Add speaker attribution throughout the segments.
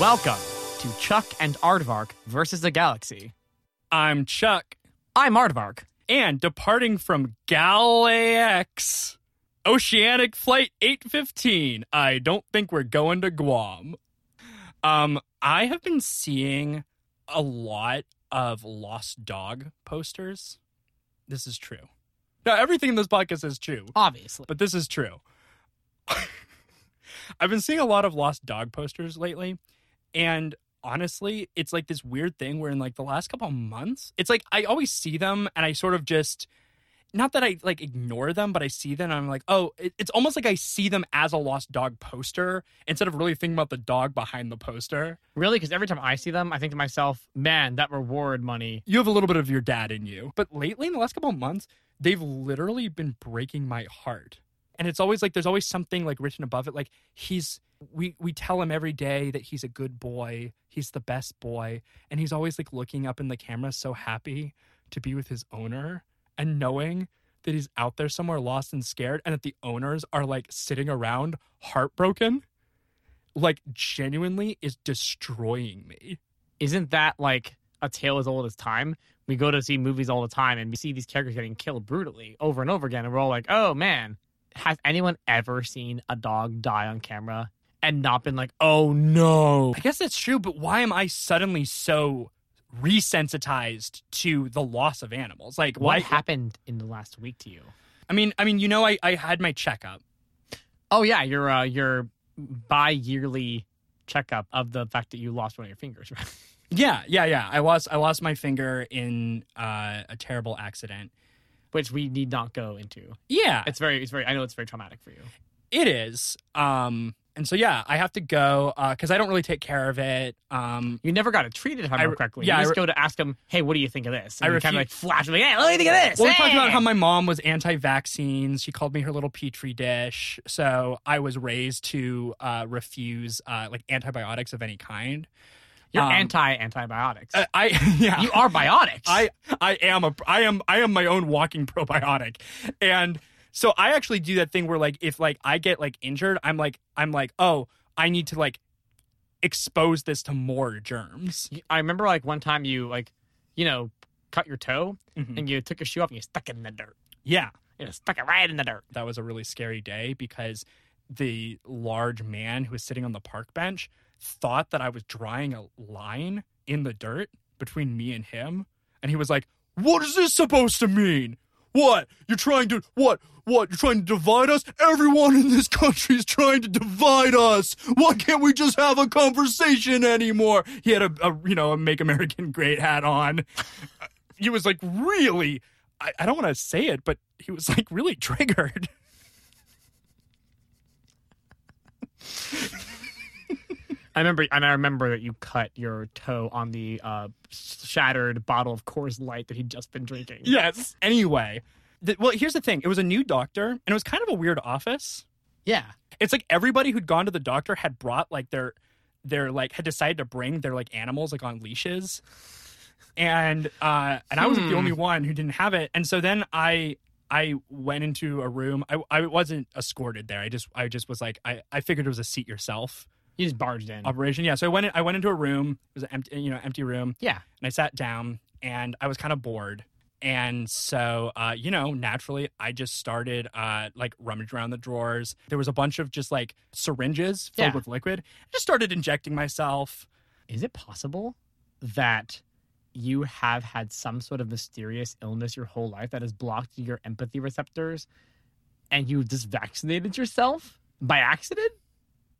Speaker 1: Welcome to Chuck and Aardvark versus the Galaxy.
Speaker 2: I'm Chuck,
Speaker 1: I'm Aardvark.
Speaker 2: and departing from Galax, Oceanic Flight 815. I don't think we're going to Guam. Um, I have been seeing a lot of lost dog posters. This is true. Now, everything in this podcast is true,
Speaker 1: Obviously.
Speaker 2: but this is true. I've been seeing a lot of lost dog posters lately, and honestly, it's like this weird thing where in like the last couple of months, it's like I always see them and I sort of just not that I like ignore them, but I see them and I'm like, oh, it- it's almost like I see them as a lost dog poster instead of really thinking about the dog behind the poster.
Speaker 1: Really? Because every time I see them, I think to myself, man, that reward money.
Speaker 2: You have a little bit of your dad in you. But lately, in the last couple of months, they've literally been breaking my heart. And it's always like there's always something like written above it, like he's we we tell him every day that he's a good boy, he's the best boy, and he's always like looking up in the camera, so happy to be with his owner and knowing that he's out there somewhere lost and scared, and that the owners are like sitting around heartbroken, like genuinely is destroying me.
Speaker 1: Isn't that like a tale as old as time? We go to see movies all the time and we see these characters getting killed brutally over and over again. And we're all like, oh man, has anyone ever seen a dog die on camera and not been like, oh no?
Speaker 2: I guess that's true, but why am I suddenly so resensitized to the loss of animals? Like
Speaker 1: What
Speaker 2: why
Speaker 1: happened in the last week to you?
Speaker 2: I mean I mean, you know I, I had my checkup.
Speaker 1: Oh yeah, your uh, your bi-yearly checkup of the fact that you lost one of your fingers, right?
Speaker 2: Yeah, yeah, yeah. I lost I lost my finger in uh, a terrible accident.
Speaker 1: Which we need not go into.
Speaker 2: Yeah,
Speaker 1: It's very, it's very. I know it's very traumatic for you.
Speaker 2: it is. Um and so yeah, I have to go because I don't really take care of it. Um
Speaker 1: You never got it treated, if I
Speaker 2: I
Speaker 1: remember
Speaker 2: re-
Speaker 1: correctly.
Speaker 2: yeah,
Speaker 1: you
Speaker 2: I
Speaker 1: just
Speaker 2: re-
Speaker 1: go to ask them, hey, what do you think of this? And
Speaker 2: I
Speaker 1: you kind of
Speaker 2: refu-
Speaker 1: like flash, like, hey, what do you think of this?
Speaker 2: well, we talked about
Speaker 1: Hey!
Speaker 2: how my mom was anti-vaccines. She called me her little petri dish. So I was raised to uh, refuse uh, like antibiotics of any kind.
Speaker 1: you're
Speaker 2: um,
Speaker 1: anti antibiotics.
Speaker 2: Uh, I yeah.
Speaker 1: you are biotics.
Speaker 2: I I am a I am I am my own walking probiotic, and so I actually do that thing where like if like I get like injured, I'm like I'm like oh I need to like expose this to more germs.
Speaker 1: You- I remember like one time you like, you know, cut your toe
Speaker 2: Mhm.
Speaker 1: and you took your shoe off and you stuck it in the dirt.
Speaker 2: Yeah,
Speaker 1: You know, stuck it right in the dirt.
Speaker 2: that was a really scary day because the large man who was sitting on the park bench thought that I was drawing a line in the dirt between me and him, and he was like, "What is this supposed to mean?" What? You're trying to what? What? You're trying to divide us? Everyone in this country is trying to divide us. Why can't we just have a conversation anymore? He had a, a you know, a make American great hat on. he was like really I, I don't want to say it, but he was like really triggered.
Speaker 1: I remember, and I remember that you cut your toe on the uh, shattered bottle of Coors Light that he'd just been drinking.
Speaker 2: Yes. Anyway, the, well, here's the thing. It was a new doctor, and it was kind of a weird office.
Speaker 1: yeah.
Speaker 2: It's like everybody who'd gone to the doctor had brought like their their like had decided to bring their like animals like on leashes. And uh and I was like,
Speaker 1: Hmm.
Speaker 2: the only one who didn't have it. And so then I I went into a room. I, I wasn't escorted there. I just I just was like I, I figured it was a seat yourself
Speaker 1: You just barged in.
Speaker 2: operation. Yeah. So I went in, I went into a room. It was an empty you know empty room.
Speaker 1: yeah.
Speaker 2: and I sat down and I was kind of bored. And so, uh, you know, naturally, I just started uh, like rummage around the drawers. There was a bunch of just like syringes filled
Speaker 1: Yeah.
Speaker 2: with liquid. I just started injecting myself.
Speaker 1: Is it possible that you have had some sort of mysterious illness your whole life that has blocked your empathy receptors and you just vaccinated yourself by accident?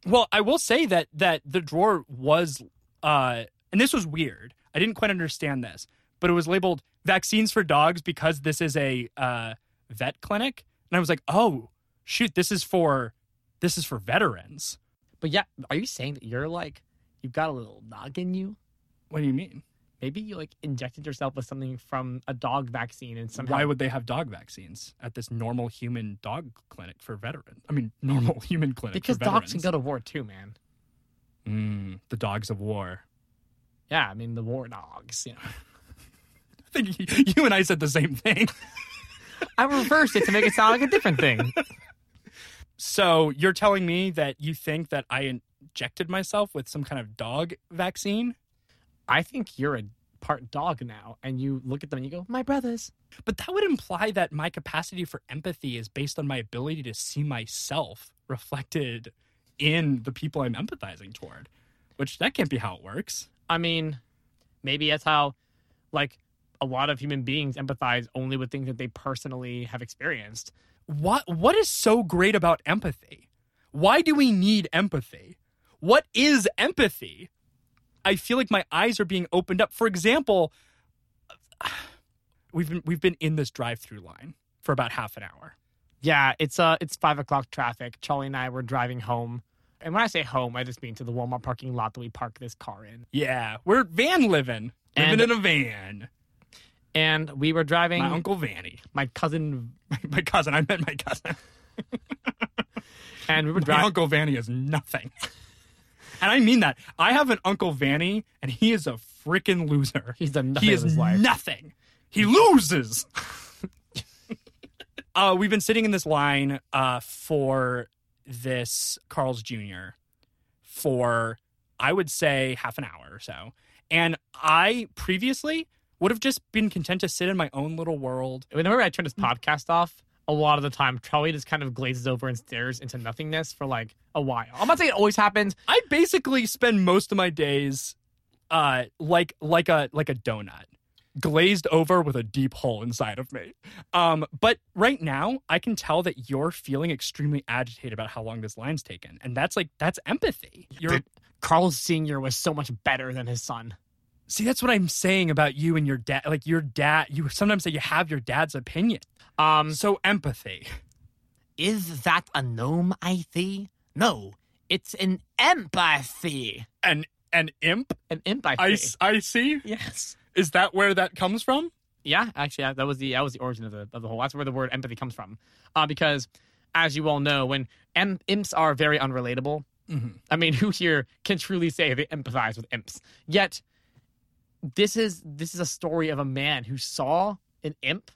Speaker 2: Well, I will say that that the drawer was, uh, and this was weird. I didn't quite understand this, but it was labeled vaccines for dogs because this is a uh, vet clinic, and I was like, oh shoot, this is for this is for veterans.
Speaker 1: But yeah, are you saying that you're like, you've got a little dog in you?
Speaker 2: What do you mean?
Speaker 1: Maybe you like injected yourself with something from a dog vaccine and somehow.
Speaker 2: Why would they have dog vaccines at this normal human dog clinic for veterans? I mean, normal human clinic
Speaker 1: because
Speaker 2: for
Speaker 1: dogs
Speaker 2: veterans.
Speaker 1: can go to war too, man.
Speaker 2: Mm, the dogs of war.
Speaker 1: Yeah, I mean the war dogs. You know,
Speaker 2: I think y- you and I said the same thing.
Speaker 1: I reversed it to make it sound like a different thing.
Speaker 2: So you're telling me that you think that I in- injected myself with some kind of dog vaccine.
Speaker 1: I think you're a part dog now, and you look at them and you go, "My brothers."
Speaker 2: But that would imply that my capacity for empathy is based on my ability to see myself reflected in the people I'm empathizing toward, which that can't be how it works.
Speaker 1: I mean, maybe that's how, like, a lot of human beings empathize only with things that they personally have experienced.
Speaker 2: What what is so great about empathy? Why do we need empathy? What is empathy? I feel like my eyes are being opened up. For example, we've been, we've been in this drive-through line for about half an hour.
Speaker 1: Yeah, it's uh, it's five o'clock traffic. Charlie and I were driving home, and when I say home, I just mean to the Walmart parking lot that we park this car in.
Speaker 2: Yeah, we're van living, living
Speaker 1: And-
Speaker 2: in a van.
Speaker 1: And we were driving.
Speaker 2: My uncle Vanny,
Speaker 1: my cousin
Speaker 2: my cousin. I met my cousin.
Speaker 1: and we were
Speaker 2: My
Speaker 1: driving.
Speaker 2: uncle Vanny is nothing, and I mean that. I have an uncle Vanny, and he is a freaking loser.
Speaker 1: He's done nothing
Speaker 2: He
Speaker 1: with
Speaker 2: is
Speaker 1: his life.
Speaker 2: nothing. He loses. uh, we've been sitting in this line uh, for this Carl's Jr. for, I would say, half an hour or so. And I previously would have just been content to sit in my own little world.
Speaker 1: Whenever I turn this
Speaker 2: Mm.
Speaker 1: podcast off, a lot of the time Charlie just kind of glazes over and stares into nothingness for like a while. I'm not saying it always happens.
Speaker 2: I basically spend most of my days uh, like like a like a donut glazed over with a deep hole inside of me. Um, but right now I can tell that you're feeling extremely agitated about how long this line's taken. And that's like that's empathy. You're
Speaker 1: But Carl's senior was so much better than his son.
Speaker 2: see that's what I'm saying about you and your dad like your dad you sometimes say you have your dad's opinion.
Speaker 1: Um,
Speaker 2: So empathy.
Speaker 1: is that a gnome? I see. No, it's an empathy.
Speaker 2: And and imp
Speaker 1: An empathy.
Speaker 2: I, s- I see.
Speaker 1: yes.
Speaker 2: Is that where that comes from?
Speaker 1: Yeah, actually, that- that was the that was the origin of the of the whole. That's where the word empathy comes from, uh, because as you all know, when em- imps are very unrelatable,
Speaker 2: Mm-hmm.
Speaker 1: I mean, who here can truly say they empathize with imps? Yet, this is this is a story of a man who saw an imp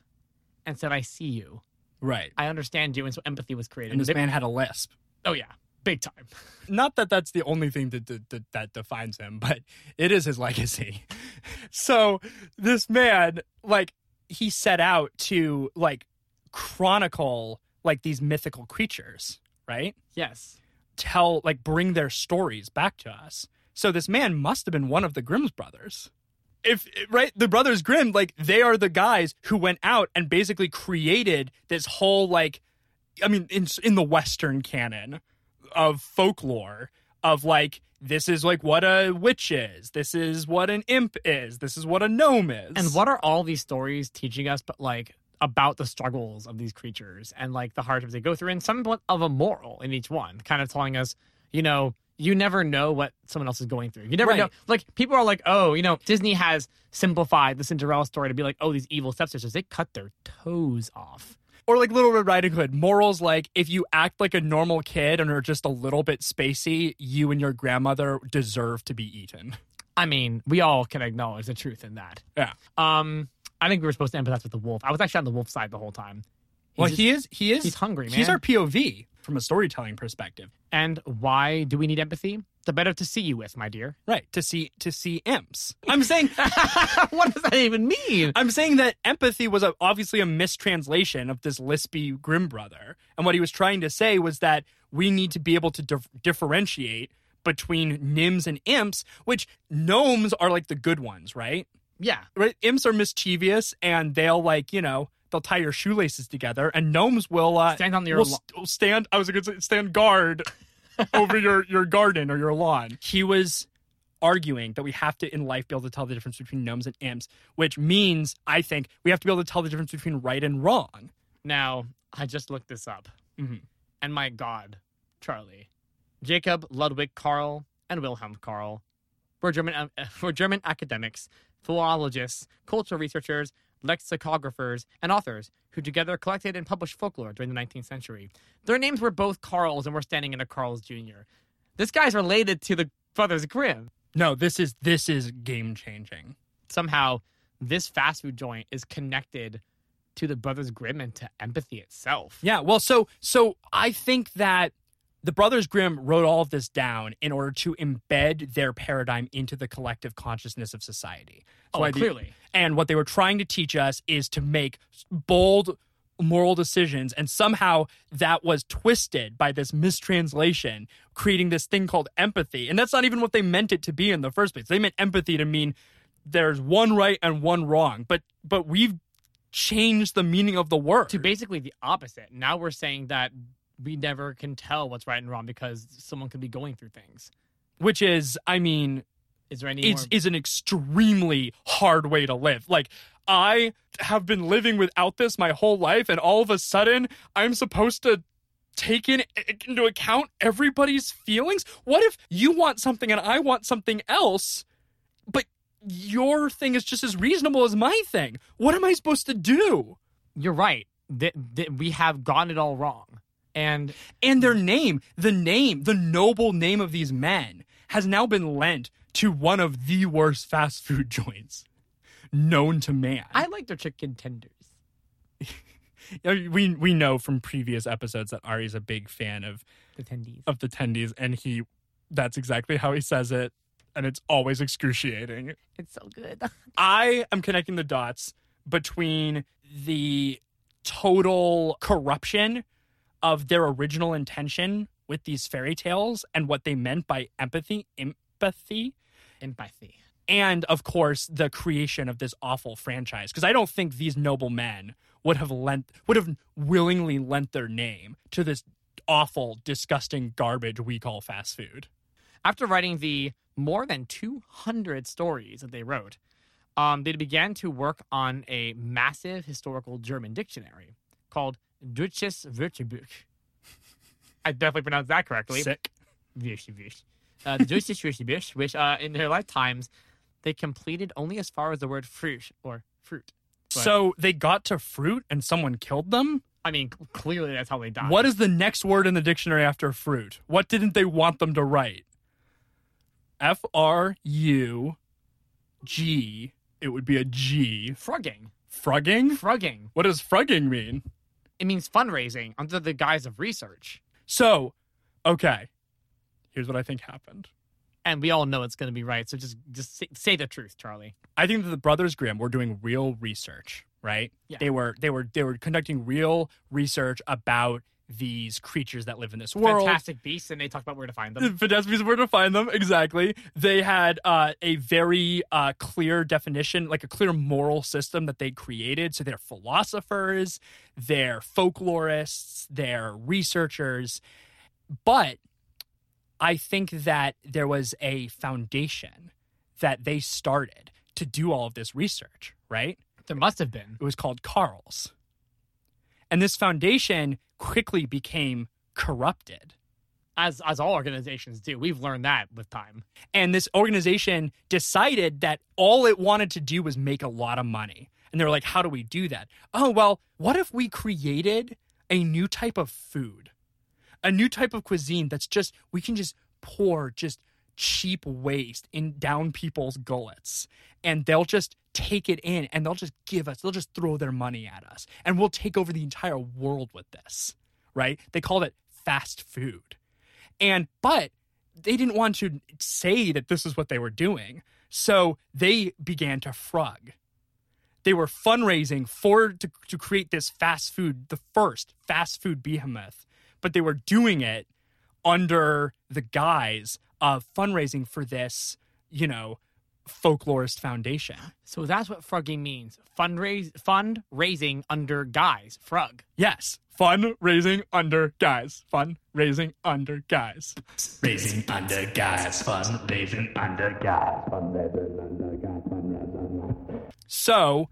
Speaker 1: and said, "I see you,
Speaker 2: Right.
Speaker 1: I understand you," and so empathy was created.
Speaker 2: And this
Speaker 1: They-
Speaker 2: man had a lisp.
Speaker 1: oh yeah, big time.
Speaker 2: not that that's the only thing that, that, that, that defines him, but it is his legacy. So this man, like, he set out to, like, chronicle, like, these mythical creatures, right?
Speaker 1: Yes,
Speaker 2: Tell, like, bring their stories back to us. So this man must have been one of the Grimm's brothers. If, right, the brothers Grimm, like, they are the guys who went out and basically created this whole, like, I mean, in in the Western canon of folklore, of like this is like what a witch is, this is what an imp is, this is what a gnome is,
Speaker 1: and what are all these stories teaching us? But like about the struggles of these creatures and like the hardships they go through, and somewhat of a moral in each one, kind of telling us, you know. You never know what someone else is going through. You never
Speaker 2: Right.
Speaker 1: know. Like people are like, oh, you know, Disney has simplified the Cinderella story to be like, oh, these evil stepsisters, they cut their toes off.
Speaker 2: or like Little Red Riding Hood morals, like if you act like a normal kid and are just a little bit spacey, you and your grandmother deserve to be eaten.
Speaker 1: I mean, we all can acknowledge the truth in that.
Speaker 2: Yeah.
Speaker 1: Um, I think we were supposed to empathize with the wolf. I was actually on the wolf side the whole time. He's
Speaker 2: well,
Speaker 1: just-
Speaker 2: he is he is
Speaker 1: he's hungry, man.
Speaker 2: he's our POV from a storytelling perspective,
Speaker 1: and why do we need empathy? The better to see you with, my dear.
Speaker 2: right? To see to see imps. I'm saying
Speaker 1: what does that even mean?
Speaker 2: I'm saying that empathy was a, obviously a mistranslation of this lispy Grimm brother. And what he was trying to say was that we need to be able to dif- differentiate between nims and imps, which gnomes are like the good ones, right?
Speaker 1: Yeah.
Speaker 2: Right? Imps are mischievous and they'll like, you know, they'll tie your shoelaces together and gnomes will uh
Speaker 1: Stand on your
Speaker 2: will
Speaker 1: lo-
Speaker 2: st- will stand I was going to say stand guard over your your garden or your lawn. He was arguing that we have to in life be able to tell the difference between gnomes and imps, which means I think we have to be able to tell the difference between right and wrong.
Speaker 1: Now, I just looked this up.
Speaker 2: Mhm.
Speaker 1: And my God, Charlie, Jacob, Ludwig, Karl, and Wilhelm Karl were German, uh, were German academics, philologists, cultural researchers, lexicographers, and authors who together collected and published folklore during the 19th century. Their names were both Karls and were standing in a Karls Jr. This guy's related to the Brothers Grimm.
Speaker 2: No, this is this is game changing.
Speaker 1: Somehow, this fast food joint is connected to the Brothers Grimm and to empathy itself.
Speaker 2: Yeah, well so so I think that the Brothers Grimm wrote all of this down in order to embed their paradigm into the collective consciousness of society. That's
Speaker 1: Oh,
Speaker 2: why the-
Speaker 1: clearly.
Speaker 2: and what they were trying to teach us is to make bold moral decisions. And somehow that was twisted by this mistranslation, creating this thing called empathy. And that's not even what they meant it to be in the first place. They meant empathy to mean there's one right and one wrong. But but we've changed the meaning of the word.
Speaker 1: to basically the opposite. Now we're saying that we never can tell what's right and wrong because someone could be going through things.
Speaker 2: which is, I mean,
Speaker 1: Is there any
Speaker 2: is
Speaker 1: more?
Speaker 2: is an extremely hard way to live. Like I have been living without this my whole life, and all of a sudden I'm supposed to take in into account everybody's feelings. What if you want something and I want something else, but your thing is just as reasonable as my thing? What am I supposed to do?
Speaker 1: You're right. Th- th- we have gotten it all wrong. And
Speaker 2: And their name, the name, the noble name of these men, has now been lent to one of the worst fast food joints known to man.
Speaker 1: I like their chicken tenders.
Speaker 2: Uh, we we know from previous episodes that Ari's a big fan of
Speaker 1: The tendies.
Speaker 2: of the tendies, and he that's exactly how he says it, and it's always excruciating.
Speaker 1: It's so good.
Speaker 2: I am connecting the dots between the total corruption of their original intention with these fairy tales and what they meant by empathy, empathy,
Speaker 1: Empathy.
Speaker 2: and of course the creation of this awful franchise because i don't think these noble men would have lent would have willingly lent their name to this awful disgusting garbage we call fast food
Speaker 1: After writing the more than 200 stories that they wrote, um, they began to work on a massive historical German dictionary called Deutsches Wörterbuch. I definitely pronounced that correctly.
Speaker 2: sick
Speaker 1: Vish, vish. Uh, the Deutsches Wörterbuch, which uh, in their lifetimes they completed only as far as the word fruit or fruit. But-
Speaker 2: so they got to fruit and someone killed them
Speaker 1: I mean, cl- clearly that's how they died.
Speaker 2: what is the next word in the dictionary after fruit what didn't they want them to write f-r-u-g it would be a g
Speaker 1: frugging?
Speaker 2: frugging
Speaker 1: Frugging.
Speaker 2: what does frugging mean
Speaker 1: It means fundraising under the guise of research.
Speaker 2: So, okay, here's what I think happened.
Speaker 1: And we all know it's going to be right. So just just say, say the truth, Charlie.
Speaker 2: I think that the Brothers Grimm were doing real research, right?
Speaker 1: Yeah.
Speaker 2: They were they were they were conducting real research about these creatures that live in this world.
Speaker 1: Fantastic Beasts, and they talk about where to find them.
Speaker 2: The Pedestrians were to find them exactly. They had uh, a very uh, clear definition, like a clear moral system that they created. So they're philosophers, they're folklorists, they're researchers, but I think that there was a foundation that they started to do all of this research, right?
Speaker 1: There must have been.
Speaker 2: It was called Carl's. And this foundation quickly became corrupted.
Speaker 1: As as all organizations do. We've learned that with time.
Speaker 2: and this organization decided that all it wanted to do was make a lot of money. And they're like, how do we do that? Oh, well, what if we created a new type of food, a new type of cuisine that's just, we can just pour just cheap waste in down people's gullets and they'll just take it in and they'll just give us, they'll just throw their money at us and we'll take over the entire world with this, right? They called it fast food. And but they didn't want to say that this is what they were doing. So they began to frog. They were fundraising for to, to create this fast food, the first fast food behemoth, but they were doing it under the guise of fundraising for this, you know, folklorist foundation.
Speaker 1: So that's what frugging means. Fundraise fundraising under guys. Frug.
Speaker 2: Yes, fundraising under guys, fundraising under guys.
Speaker 3: Raising under guys, fun raising under guys, fun raising under guys, fun raising under guys.
Speaker 2: So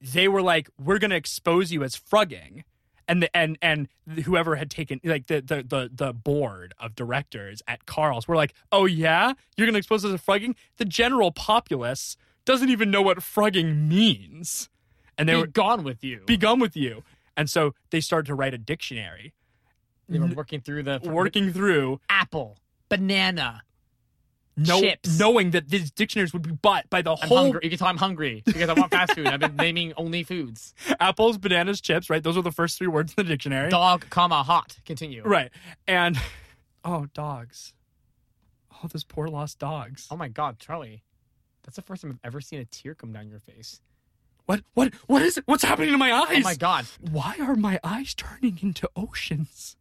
Speaker 2: they were like, "We're going to expose you as frugging," and the and and whoever had taken like the the the, the board of directors at Carl's were like, "Oh yeah, you're going to expose us as frugging." The general populace doesn't even know what frugging means, and they
Speaker 1: They
Speaker 2: were
Speaker 1: were gone with you.
Speaker 2: begun with you, and so they started to write a dictionary,
Speaker 1: they were working through the
Speaker 2: working through
Speaker 1: apple, banana.
Speaker 2: know,
Speaker 1: Chips.
Speaker 2: knowing that these dictionaries would be bought by the
Speaker 1: I'm
Speaker 2: whole
Speaker 1: hungry. You can tell I'm hungry because I want fast food. I've been naming only foods.
Speaker 2: apples, bananas, chips. Right, those were the first three words in the dictionary.
Speaker 1: Dog, comma hot. Continue.
Speaker 2: Right. And oh, dogs. Oh, those poor lost dogs.
Speaker 1: Oh my God, Charlie. That's the first time I've ever seen a tear come down your face.
Speaker 2: What? What? What is it? What's happening to my eyes?
Speaker 1: Oh my God.
Speaker 2: Why are my eyes turning into oceans?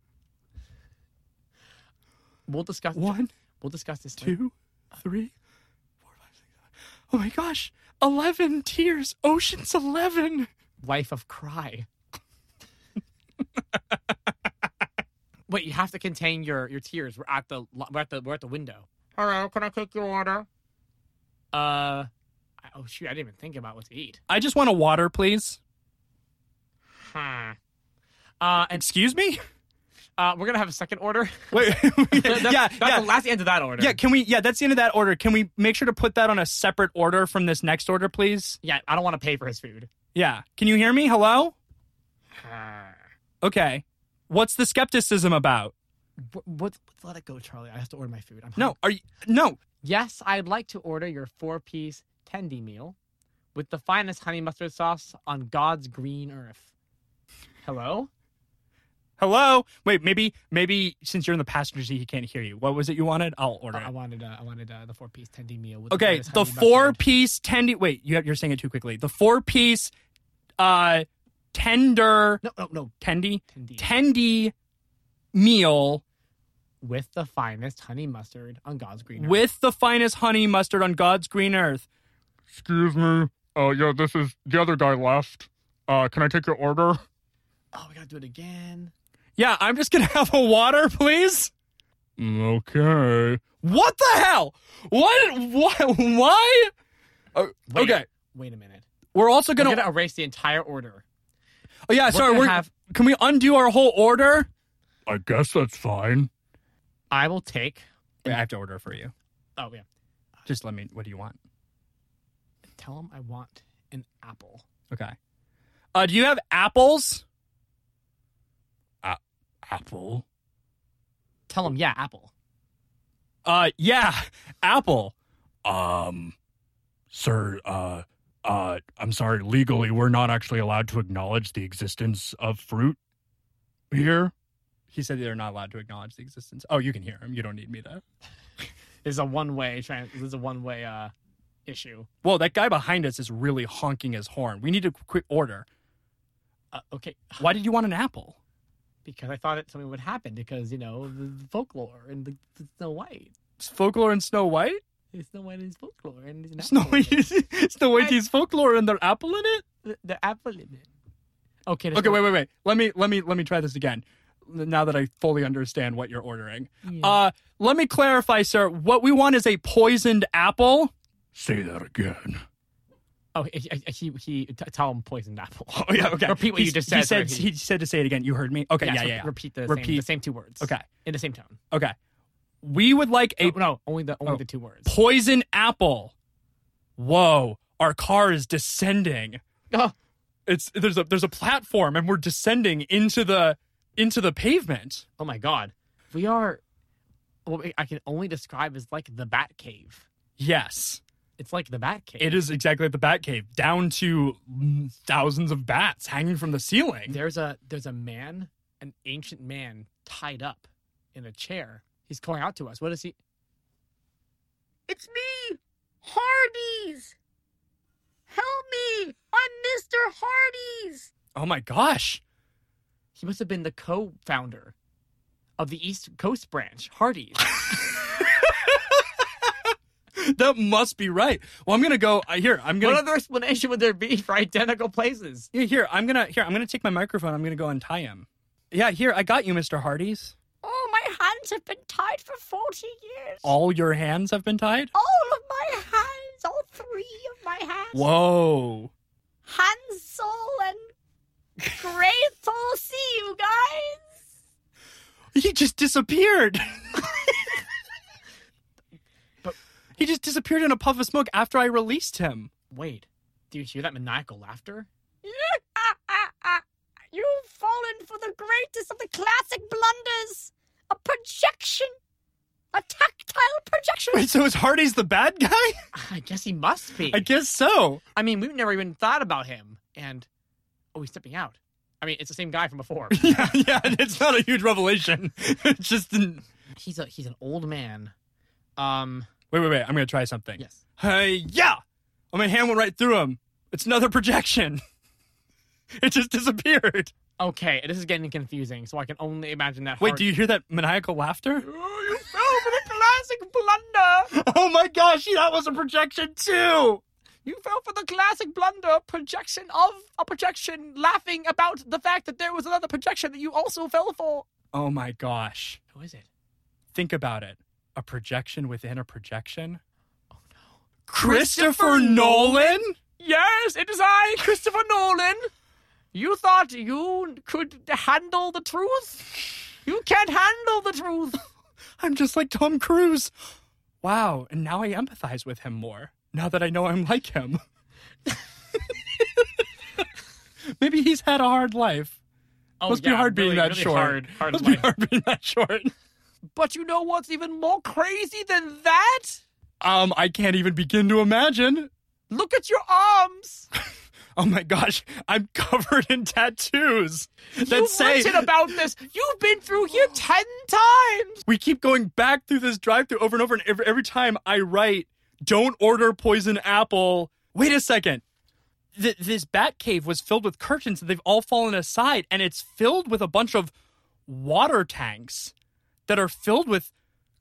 Speaker 1: We'll discuss
Speaker 2: One,
Speaker 1: we'll discuss this later.
Speaker 2: two, three, four, five, six, seven. Oh my gosh! Eleven tears. Oceans eleven.
Speaker 1: life of cry. Wait, you have to contain your your tears. We're at the lo- we're at the we're at the window. Hello, can I take your order? Uh, I- oh shoot, I didn't even think about what to eat.
Speaker 2: I just want a water, please.
Speaker 1: Huh. Uh, and
Speaker 2: Excuse me.
Speaker 1: uh, we're gonna have a second order.
Speaker 2: Wait.
Speaker 1: That's-
Speaker 2: yeah.
Speaker 1: that's
Speaker 2: Yeah.
Speaker 1: the last end of that order.
Speaker 2: Yeah, can we? Yeah, that's the end of that order. Can we make sure to put that on a separate order from this next order, please?
Speaker 1: yeah. I don't want to pay for his food.
Speaker 2: Yeah. Can you hear me? Hello?
Speaker 1: Hmm.
Speaker 2: Okay. What's the skepticism about?
Speaker 1: What, what? Let it go, Charlie. I have to order my food. I'm
Speaker 2: No, are you? No.
Speaker 1: Yes, I'd like to order your four piece tendy meal with the finest honey mustard sauce on God's green earth. Hello?
Speaker 2: Hello? Wait, maybe, maybe since you're in the passenger seat, he can't hear you. What was it you wanted? I'll order
Speaker 1: I
Speaker 2: it.
Speaker 1: wanted uh, I wanted uh, the four piece tendy meal with
Speaker 2: Okay,
Speaker 1: finest
Speaker 2: the
Speaker 1: honey
Speaker 2: four
Speaker 1: mustard.
Speaker 2: piece tendy. Wait, you have, you're saying it too quickly. The four piece, uh, tender
Speaker 1: No, no, no,
Speaker 2: tendy
Speaker 1: tendy
Speaker 2: tendy meal
Speaker 1: with the finest honey mustard on God's green earth.
Speaker 2: with the finest honey mustard on God's green earth.
Speaker 4: Excuse me. Uh, yeah, this is the other guy left. Uh, can I take your order?
Speaker 1: Oh, we got to do it again.
Speaker 2: Yeah, I'm just gonna have a water, please.
Speaker 4: Mm, Okay.
Speaker 2: What the hell? What? What? Why? Uh,
Speaker 1: Wait.
Speaker 2: okay,
Speaker 1: Wait a minute.
Speaker 2: we're also
Speaker 1: We're
Speaker 2: gonna.
Speaker 1: going to erase the entire order.
Speaker 2: oh yeah,
Speaker 1: We're
Speaker 2: sorry.
Speaker 1: gonna
Speaker 2: We're,
Speaker 1: have
Speaker 2: can we undo our whole order?
Speaker 4: I guess that's fine.
Speaker 1: I will take
Speaker 2: Wait, I have to order for you.
Speaker 1: Oh, yeah.
Speaker 2: Just let me. What do you want?
Speaker 1: Tell him I want an apple.
Speaker 2: Okay. Uh, do you have apples?
Speaker 4: Apple.
Speaker 1: Tell him, yeah, apple.
Speaker 2: Uh, yeah, apple.
Speaker 4: Um, sir, uh, uh, I'm sorry, legally, we're not actually allowed to acknowledge the existence of fruit here.
Speaker 2: He said they're not allowed to acknowledge the existence. Oh, you can hear him. You don't need me to.
Speaker 1: This is a one way trying this is a one way uh issue.
Speaker 2: Whoa, that guy behind us is really honking his horn. We need to quick order.
Speaker 1: Uh, okay,
Speaker 2: Why did you want an apple?
Speaker 1: because I thought that something would happen because you know the the folklore and the, the Snow White.
Speaker 2: It's folklore and Snow White.
Speaker 1: It's Snow White is folklore and it's an
Speaker 2: Snow
Speaker 1: apple in
Speaker 2: White. Snow White is folklore and there's apple in it.
Speaker 1: it. The, the apple in it. Okay. there's
Speaker 2: Okay,
Speaker 1: no-
Speaker 2: wait, wait, wait. Let me let me let me try this again. Now that I fully understand what you're ordering,
Speaker 1: yeah.
Speaker 2: uh, let me clarify, sir. What we want is a poisoned apple.
Speaker 4: Say that again.
Speaker 1: oh, he, he- he, he t- tell him poisoned apple.
Speaker 2: Oh yeah, okay.
Speaker 1: Repeat what you
Speaker 2: He's-
Speaker 1: just
Speaker 2: He
Speaker 1: said,
Speaker 2: said
Speaker 1: sorry, he-
Speaker 2: he said to say it again. You heard me. Okay,
Speaker 1: Yes,
Speaker 2: yeah,
Speaker 1: re-
Speaker 2: yeah, yeah.
Speaker 1: Repeat the same the
Speaker 2: Repeat.
Speaker 1: same two words.
Speaker 2: Okay,
Speaker 1: in the same tone.
Speaker 2: okay. We would like a
Speaker 1: No, no, only the only
Speaker 2: Oh.
Speaker 1: the two words.
Speaker 2: poison apple. Whoa, our car is descending.
Speaker 1: Oh.
Speaker 2: It's there's a there's a platform and we're descending into the into the pavement.
Speaker 1: Oh my God, we are. What we- I can only describe as like the Bat Cave.
Speaker 2: Yes,
Speaker 1: It's like the Bat Cave.
Speaker 2: it is exactly like the Batcave, down to mm, thousands of bats hanging from the ceiling.
Speaker 1: there's a there's a man, an ancient man, tied up in a chair. He's calling out to us. What is he?
Speaker 5: It's me, Hardee's. Help me! I'm Mr. Hardee's.
Speaker 2: Oh my gosh!
Speaker 1: He must have been the co-founder of the East Coast branch, Hardee's.
Speaker 2: That must be right. Well, I'm gonna go uh, here. I'm
Speaker 1: what
Speaker 2: gonna
Speaker 1: other explanation would there be for identical places?
Speaker 2: Yeah, here I'm gonna here I'm gonna take my microphone. I'm gonna go untie him. Yeah, here I got you, Mr. Hardy's.
Speaker 5: Oh, my hands have been tied for 40 years.
Speaker 2: All your hands have been tied.
Speaker 5: All of my hands, all three of my hands.
Speaker 2: Whoa!
Speaker 5: Hansel and Gretel, see you guys.
Speaker 2: He just disappeared.
Speaker 1: But-
Speaker 2: he just disappeared in a puff of smoke after I released him.
Speaker 1: Wait, do you hear that maniacal laughter?
Speaker 5: Ah, ah, ah. You've fallen for the greatest of the classic blunders. A projection. A tactile projection.
Speaker 2: Wait, so is Hardy's the bad guy?
Speaker 1: I guess he must be.
Speaker 2: I guess so.
Speaker 1: I mean, we've never even thought about him. And oh, he's stepping out. I mean, it's the same guy from before.
Speaker 2: Yeah, yeah. It's not a huge revelation. It's just an,
Speaker 1: He's a he's an old man. Um.
Speaker 2: Wait, wait, wait. I'm going to try something.
Speaker 1: Yes.
Speaker 2: Hey, yeah. Oh, my hand went right through him. It's another projection. It just disappeared.
Speaker 1: Okay. This is getting confusing. So I can only imagine that.
Speaker 2: Wait,
Speaker 1: hard-
Speaker 2: do you hear that maniacal laughter?
Speaker 1: you fell for the classic blunder.
Speaker 2: Oh my gosh, that was a projection too.
Speaker 1: You fell for the classic blunder projection of a projection, laughing about the fact that there was another projection that you also fell for.
Speaker 2: Oh my gosh.
Speaker 1: Who is it?
Speaker 2: Think about it. A projection within a projection.
Speaker 1: Oh no.
Speaker 2: Christopher Nolan?
Speaker 1: Yes, it is I, Christopher Nolan. You thought you could handle the truth? You can't handle the truth.
Speaker 2: I'm just like Tom Cruise. Wow, and now I empathize with him more. Now that I know I'm like him. Maybe he's had a hard life.
Speaker 1: Oh,
Speaker 2: Must be hard being that short.
Speaker 1: Hard, hard
Speaker 2: Must be
Speaker 1: life.
Speaker 2: hard being that short.
Speaker 1: But you know what's even more crazy than that?
Speaker 2: Um, I can't even begin to imagine.
Speaker 1: Look at your arms.
Speaker 2: Oh my gosh, I'm covered in tattoos that
Speaker 1: You've
Speaker 2: say
Speaker 1: written about this. You've been through here ten times.
Speaker 2: we keep going back through this drive-through over and over, and every, every time I write, "Don't order poison apple." Wait a second. Th- this bat cave was filled with curtains, and they've all fallen aside, and it's filled with a bunch of water tanks that are filled with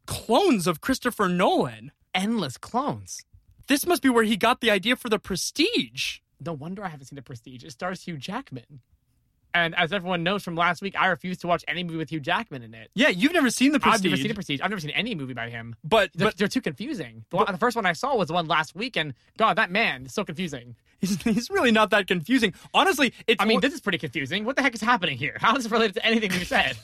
Speaker 2: clones of Christopher Nolan.
Speaker 1: Endless clones.
Speaker 2: This must be where he got the idea for the Prestige.
Speaker 1: No wonder I haven't seen The Prestige. It stars Hugh Jackman. And as everyone knows from last week, I refuse to watch any movie with Hugh Jackman in it.
Speaker 2: Yeah, you've never seen the Prestige,
Speaker 1: I've never seen The Prestige. I've never seen any movie by him.
Speaker 2: but
Speaker 1: They're,
Speaker 2: but
Speaker 1: they're too confusing. The, one, the first one I saw was the one last week, and God, that man is so confusing.
Speaker 2: he's, he's really not that confusing. Honestly, it's
Speaker 1: I mean,
Speaker 2: more-
Speaker 1: this is pretty confusing. What the heck is happening here? How is it related to anything you said?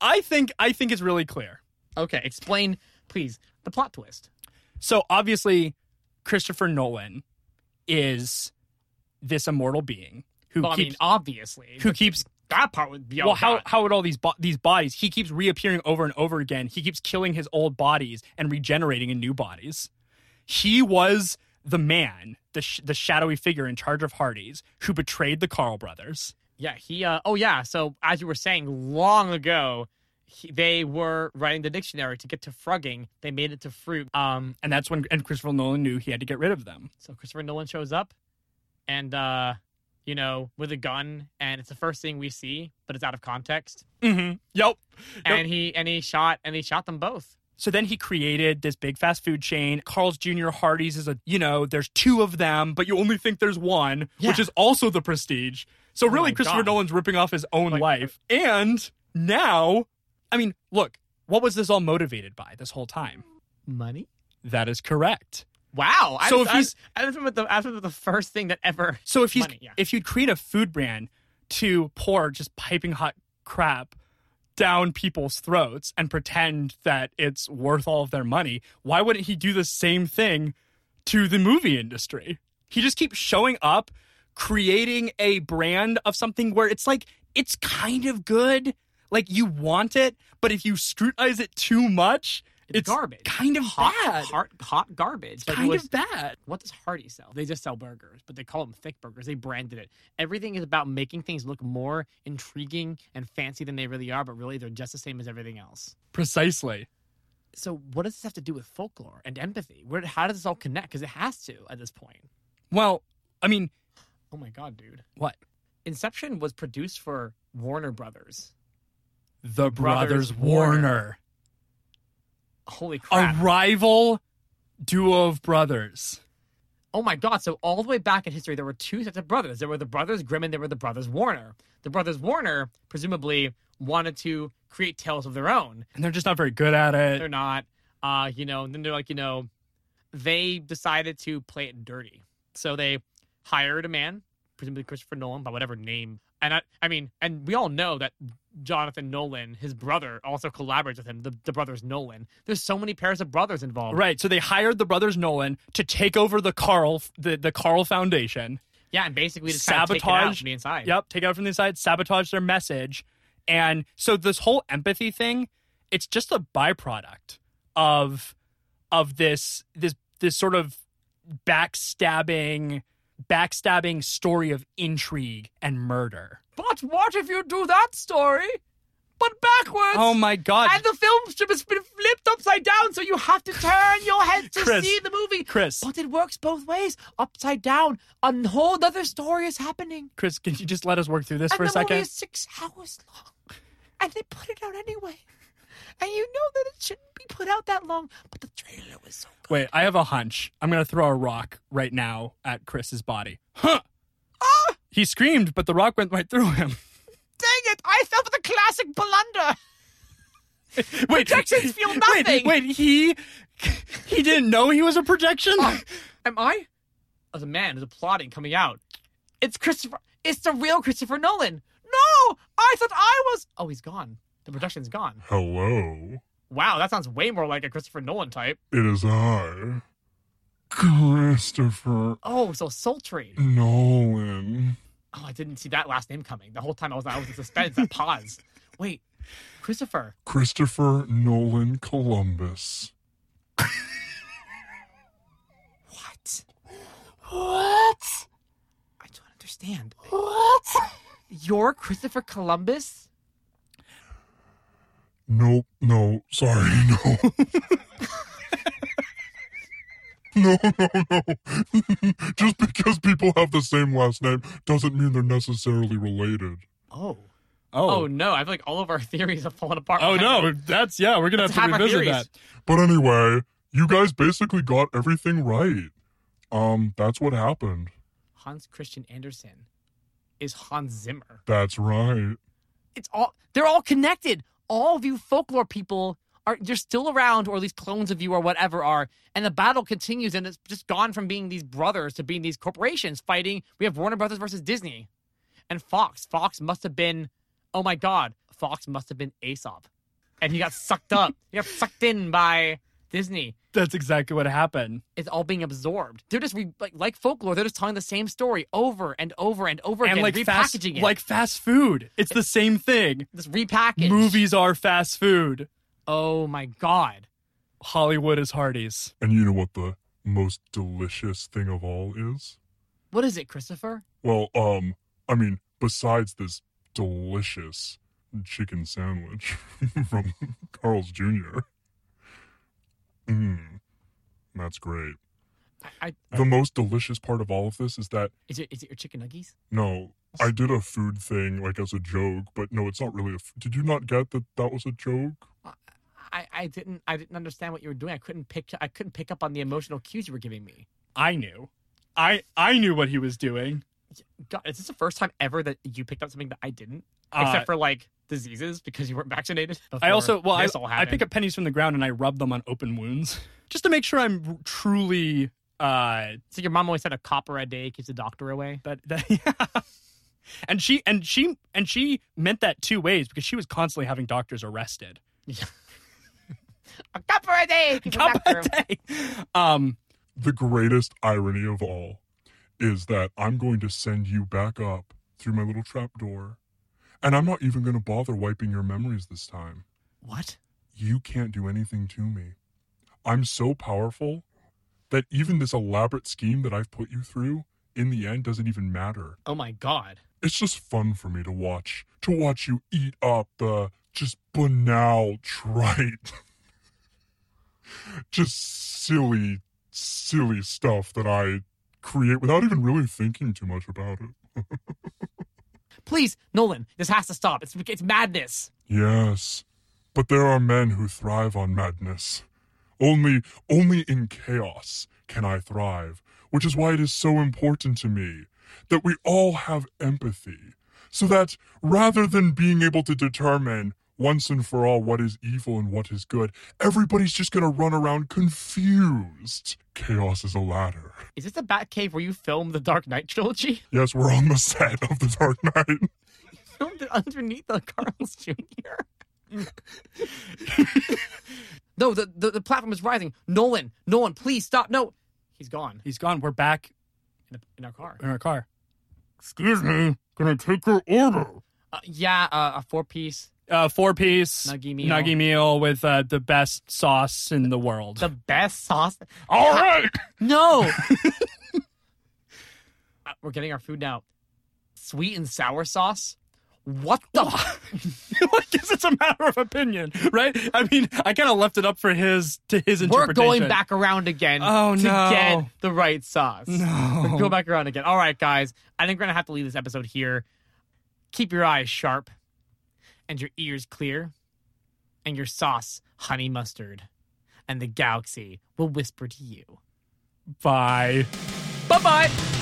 Speaker 2: I think I think it's really clear.
Speaker 1: okay, explain, please, the plot twist.
Speaker 2: So obviously, Christopher Nolan is this immortal being who
Speaker 1: Well, I mean,
Speaker 2: keeps
Speaker 1: obviously,
Speaker 2: who keeps
Speaker 1: that part would be
Speaker 2: well how how would all these bo- these bodies he keeps reappearing over and over again. He keeps killing his old bodies and regenerating in new bodies. He was the man, the sh- the shadowy figure in charge of Hardee's who betrayed the Carl brothers.
Speaker 1: Yeah, he. Uh, oh, yeah. So as you were saying long ago, he, they were writing the dictionary to get to frugging. They made it to fruit. Um,
Speaker 2: And that's when and Christopher Nolan knew he had to get rid of them.
Speaker 1: so Christopher Nolan shows up, and uh, you know, with a gun, and it's the first thing we see, but it's out of context.
Speaker 2: Mm-hmm. Yep.
Speaker 1: And he and he shot and he shot them both.
Speaker 2: So then he created this big fast food chain. Carl's Jr. Hardee's is a, you know, there's two of them, but you only think there's one,
Speaker 1: Yeah.
Speaker 2: which is also the prestige. So
Speaker 1: Oh
Speaker 2: really,
Speaker 1: my
Speaker 2: Christopher
Speaker 1: God.
Speaker 2: Nolan's ripping off his own
Speaker 1: Like-
Speaker 2: life. And now, I mean, look, what was this all motivated by this whole time?
Speaker 1: Money.
Speaker 2: That is correct.
Speaker 1: Wow. I
Speaker 2: So
Speaker 1: just,
Speaker 2: if he's-
Speaker 1: I, I just remember the, I just remember the first thing that ever.
Speaker 2: So if he's,
Speaker 1: Money, yeah.
Speaker 2: if you'd create a food brand to pour just piping hot crap down people's throats and pretend that it's worth all of their money, why wouldn't he do the same thing to the movie industry? He just keeps showing up, creating a brand of something where it's like it's kind of good, like you want it, but if you scrutinize it too much,
Speaker 1: It's
Speaker 2: it's,
Speaker 1: garbage.
Speaker 2: Kind of
Speaker 1: Hot,
Speaker 2: bad.
Speaker 1: hot, hot garbage. Like, it
Speaker 2: kind
Speaker 1: was-
Speaker 2: of bad.
Speaker 1: what does Hardy sell? They just sell burgers, but they call them thick burgers. They branded it. Everything is about making things look more intriguing and fancy than they really are, but really they're just the same as everything else.
Speaker 2: Precisely.
Speaker 1: So what does this have to do with folklore and empathy? Where how does this all connect? Because it has to at this point.
Speaker 2: Well, I mean,
Speaker 1: Oh my god, dude.
Speaker 2: What?
Speaker 1: Inception was produced for Warner Brothers.
Speaker 2: the
Speaker 1: Brothers
Speaker 2: Brothers,
Speaker 1: Warner.
Speaker 2: Warner,
Speaker 1: Holy crap.
Speaker 2: a rival duo of brothers.
Speaker 1: Oh my God! So all the way back in history, there were two sets of brothers. There were the brothers Grimm and there were the brothers Warner. The brothers Warner presumably wanted to create tales of their own.
Speaker 2: And they're just not very good at it.
Speaker 1: They're not, uh, you know. And then they're like, you know, they decided to play it dirty. So they hired a man, presumably Christopher Nolan, by whatever name. And I, I mean, and we all know that Jonathan Nolan, his brother, also collaborates with him. The, the brothers Nolan. There's so many pairs of brothers involved.
Speaker 2: Right. So they hired the brothers Nolan to take over the Carl the, the Carl Foundation.
Speaker 1: Yeah, and basically just kind of take it out
Speaker 2: Sabotage.
Speaker 1: from the inside.
Speaker 2: Yep, take it out from the inside, sabotage their message. And so this whole empathy thing, it's just a byproduct of of this this this sort of backstabbing backstabbing story of intrigue and murder.
Speaker 1: But what if you do that story but backwards.
Speaker 2: Oh my god.
Speaker 1: and the film strip has been flipped upside down, so you have to turn your head to
Speaker 2: Chris.
Speaker 1: see the movie.
Speaker 2: Chris,
Speaker 1: But it works both ways. Upside down, a whole other story is happening.
Speaker 2: Chris, can you just let us work through this
Speaker 1: and
Speaker 2: for a
Speaker 1: the movie
Speaker 2: second?
Speaker 1: is six hours long. And they put it out anyway. And you know that it shouldn't be put out that long, but the trailer was so good.
Speaker 2: Wait, I have a hunch. I'm gonna throw a rock right now at Chris's body. Huh? He screamed, but the rock went right through him.
Speaker 1: Ah! Dang it! I fell for the classic blunder.
Speaker 2: Wait,
Speaker 1: Projections feel
Speaker 2: Wait,
Speaker 1: nothing.
Speaker 2: wait, he he didn't know he was a projection.
Speaker 1: Ah. Am I? As a man, as a plotting coming out. It's Christopher. It's the real Christopher Nolan. No, I thought I was. Oh, he's gone. The production's gone.
Speaker 6: Hello,
Speaker 1: Wow, that sounds way more like a Christopher Nolan type.
Speaker 6: it is I, Christopher
Speaker 1: Oh, so sultry.
Speaker 6: Nolan.
Speaker 1: Oh, I didn't see that last name coming. The whole time I was, I was in suspense, that pause. Wait, Christopher.
Speaker 6: Christopher Nolan Columbus.
Speaker 1: What? What? I don't understand. What? You're Christopher Columbus?
Speaker 6: Nope, no, sorry, no. no, no, no. Just because people have the same last name doesn't mean they're necessarily related.
Speaker 1: Oh.
Speaker 2: Oh,
Speaker 1: Oh no, I feel like all of our theories have fallen apart.
Speaker 2: oh no, that's yeah. We're gonna
Speaker 1: Let's
Speaker 2: have to
Speaker 1: have our
Speaker 2: revisit that.
Speaker 1: theories.
Speaker 6: But anyway, you guys basically got everything right. Um, that's what happened.
Speaker 1: Hans Christian Andersen is Hans Zimmer.
Speaker 6: That's right.
Speaker 1: It's all they're all connected. All of you folklore people are you're still around, or these clones of you or whatever are, and the battle continues and it's just gone from being these brothers to being these corporations fighting. We have Warner Brothers versus Disney. And Fox. Fox must have been oh my god, Fox must have been Aesop. And he got sucked up. He got sucked in by Disney.
Speaker 2: That's exactly what happened.
Speaker 1: It's all being absorbed. They're just re- like like folklore. They're just telling the same story over and over and over
Speaker 2: and
Speaker 1: again,
Speaker 2: like
Speaker 1: repackaging
Speaker 2: fast,
Speaker 1: it.
Speaker 2: like fast food. It's the same thing.
Speaker 1: this repackaged
Speaker 2: Movies are fast food.
Speaker 1: Oh my god!
Speaker 2: Hollywood is Hardee's.
Speaker 6: And you know what the most delicious thing of all is?
Speaker 1: What is it, Christopher?
Speaker 6: Well, um, I mean, besides this delicious chicken sandwich from Carl's Jr. Mmm, that's great.
Speaker 1: I, I,
Speaker 6: The most delicious part of all of this is that
Speaker 1: is it is it your chicken nuggies?
Speaker 6: no, I did a food thing like as a joke, but no, it's not really a. F- did you not get that that was a joke?
Speaker 1: I, I didn't I didn't understand what you were doing. I couldn't pick I couldn't pick up on the emotional cues you were giving me.
Speaker 2: I knew. I I knew what he was doing.
Speaker 1: God, is this the first time ever that you picked up something that I didn't,
Speaker 2: Uh,
Speaker 1: except for like diseases because you weren't vaccinated?
Speaker 2: I also
Speaker 1: before
Speaker 2: well I,
Speaker 1: this all
Speaker 2: I pick
Speaker 1: happened?
Speaker 2: up pennies from the ground and I rub them on open wounds just to make sure I'm r- truly uh
Speaker 1: So your mom always said a copper a day keeps the doctor away.
Speaker 2: that, that yeah. And she and she and she meant that two ways because she was constantly having doctors arrested.
Speaker 1: A copper a day keeps
Speaker 2: Cup a day. Um
Speaker 6: The greatest irony of all is that I'm going to send you back up through my little trapdoor, and I'm not even going to bother wiping your memories this time.
Speaker 1: What?
Speaker 6: you can't do anything to me. I'm so powerful that even this elaborate scheme that I've put you through in the end doesn't even matter.
Speaker 1: Oh my god!
Speaker 6: It's just fun for me to watch, to watch you eat up the just banal, trite, just silly, silly stuff that I create without even really thinking too much about it.
Speaker 1: Please, Nolan, this has to stop. It's it's madness.
Speaker 6: Yes, but there are men who thrive on madness. Only, only in chaos can I thrive, which is why it is so important to me that we all have empathy, so that rather than being able to determine once and for all what is evil and what is good, everybody's just gonna run around confused. Chaos is a ladder.
Speaker 1: Is this the Batcave where you filmed the Dark Knight trilogy?
Speaker 6: Yes, we're on the set of The Dark Knight.
Speaker 1: Filmed it underneath the Carl's Jr. no, the, the the platform is rising. Nolan, Nolan, please stop. No, he's gone
Speaker 2: he's gone. We're back
Speaker 1: in, the, in our car.
Speaker 2: in our car.
Speaker 4: Excuse me, can I take your order?
Speaker 1: Uh, yeah, uh, a four piece
Speaker 2: Uh four piece
Speaker 1: nuggy meal.
Speaker 2: nuggy meal with uh, the best sauce in the world.
Speaker 1: The best sauce.
Speaker 4: All right.
Speaker 1: No. Uh, We're getting our food now. Sweet and sour sauce. What the?
Speaker 2: I guess it's a matter of opinion, right? I mean, I kind of left it up for his to his
Speaker 1: We're
Speaker 2: interpretation.
Speaker 1: going back around again
Speaker 2: Oh,
Speaker 1: to
Speaker 2: no.
Speaker 1: get the right sauce.
Speaker 2: No.
Speaker 1: We're Go back around again. All right, guys. I think we're gonna have to leave this episode here. Keep your eyes sharp, and your ears clear, and your sauce honey mustard, and the galaxy will whisper to you.
Speaker 2: Bye.
Speaker 1: Bye bye.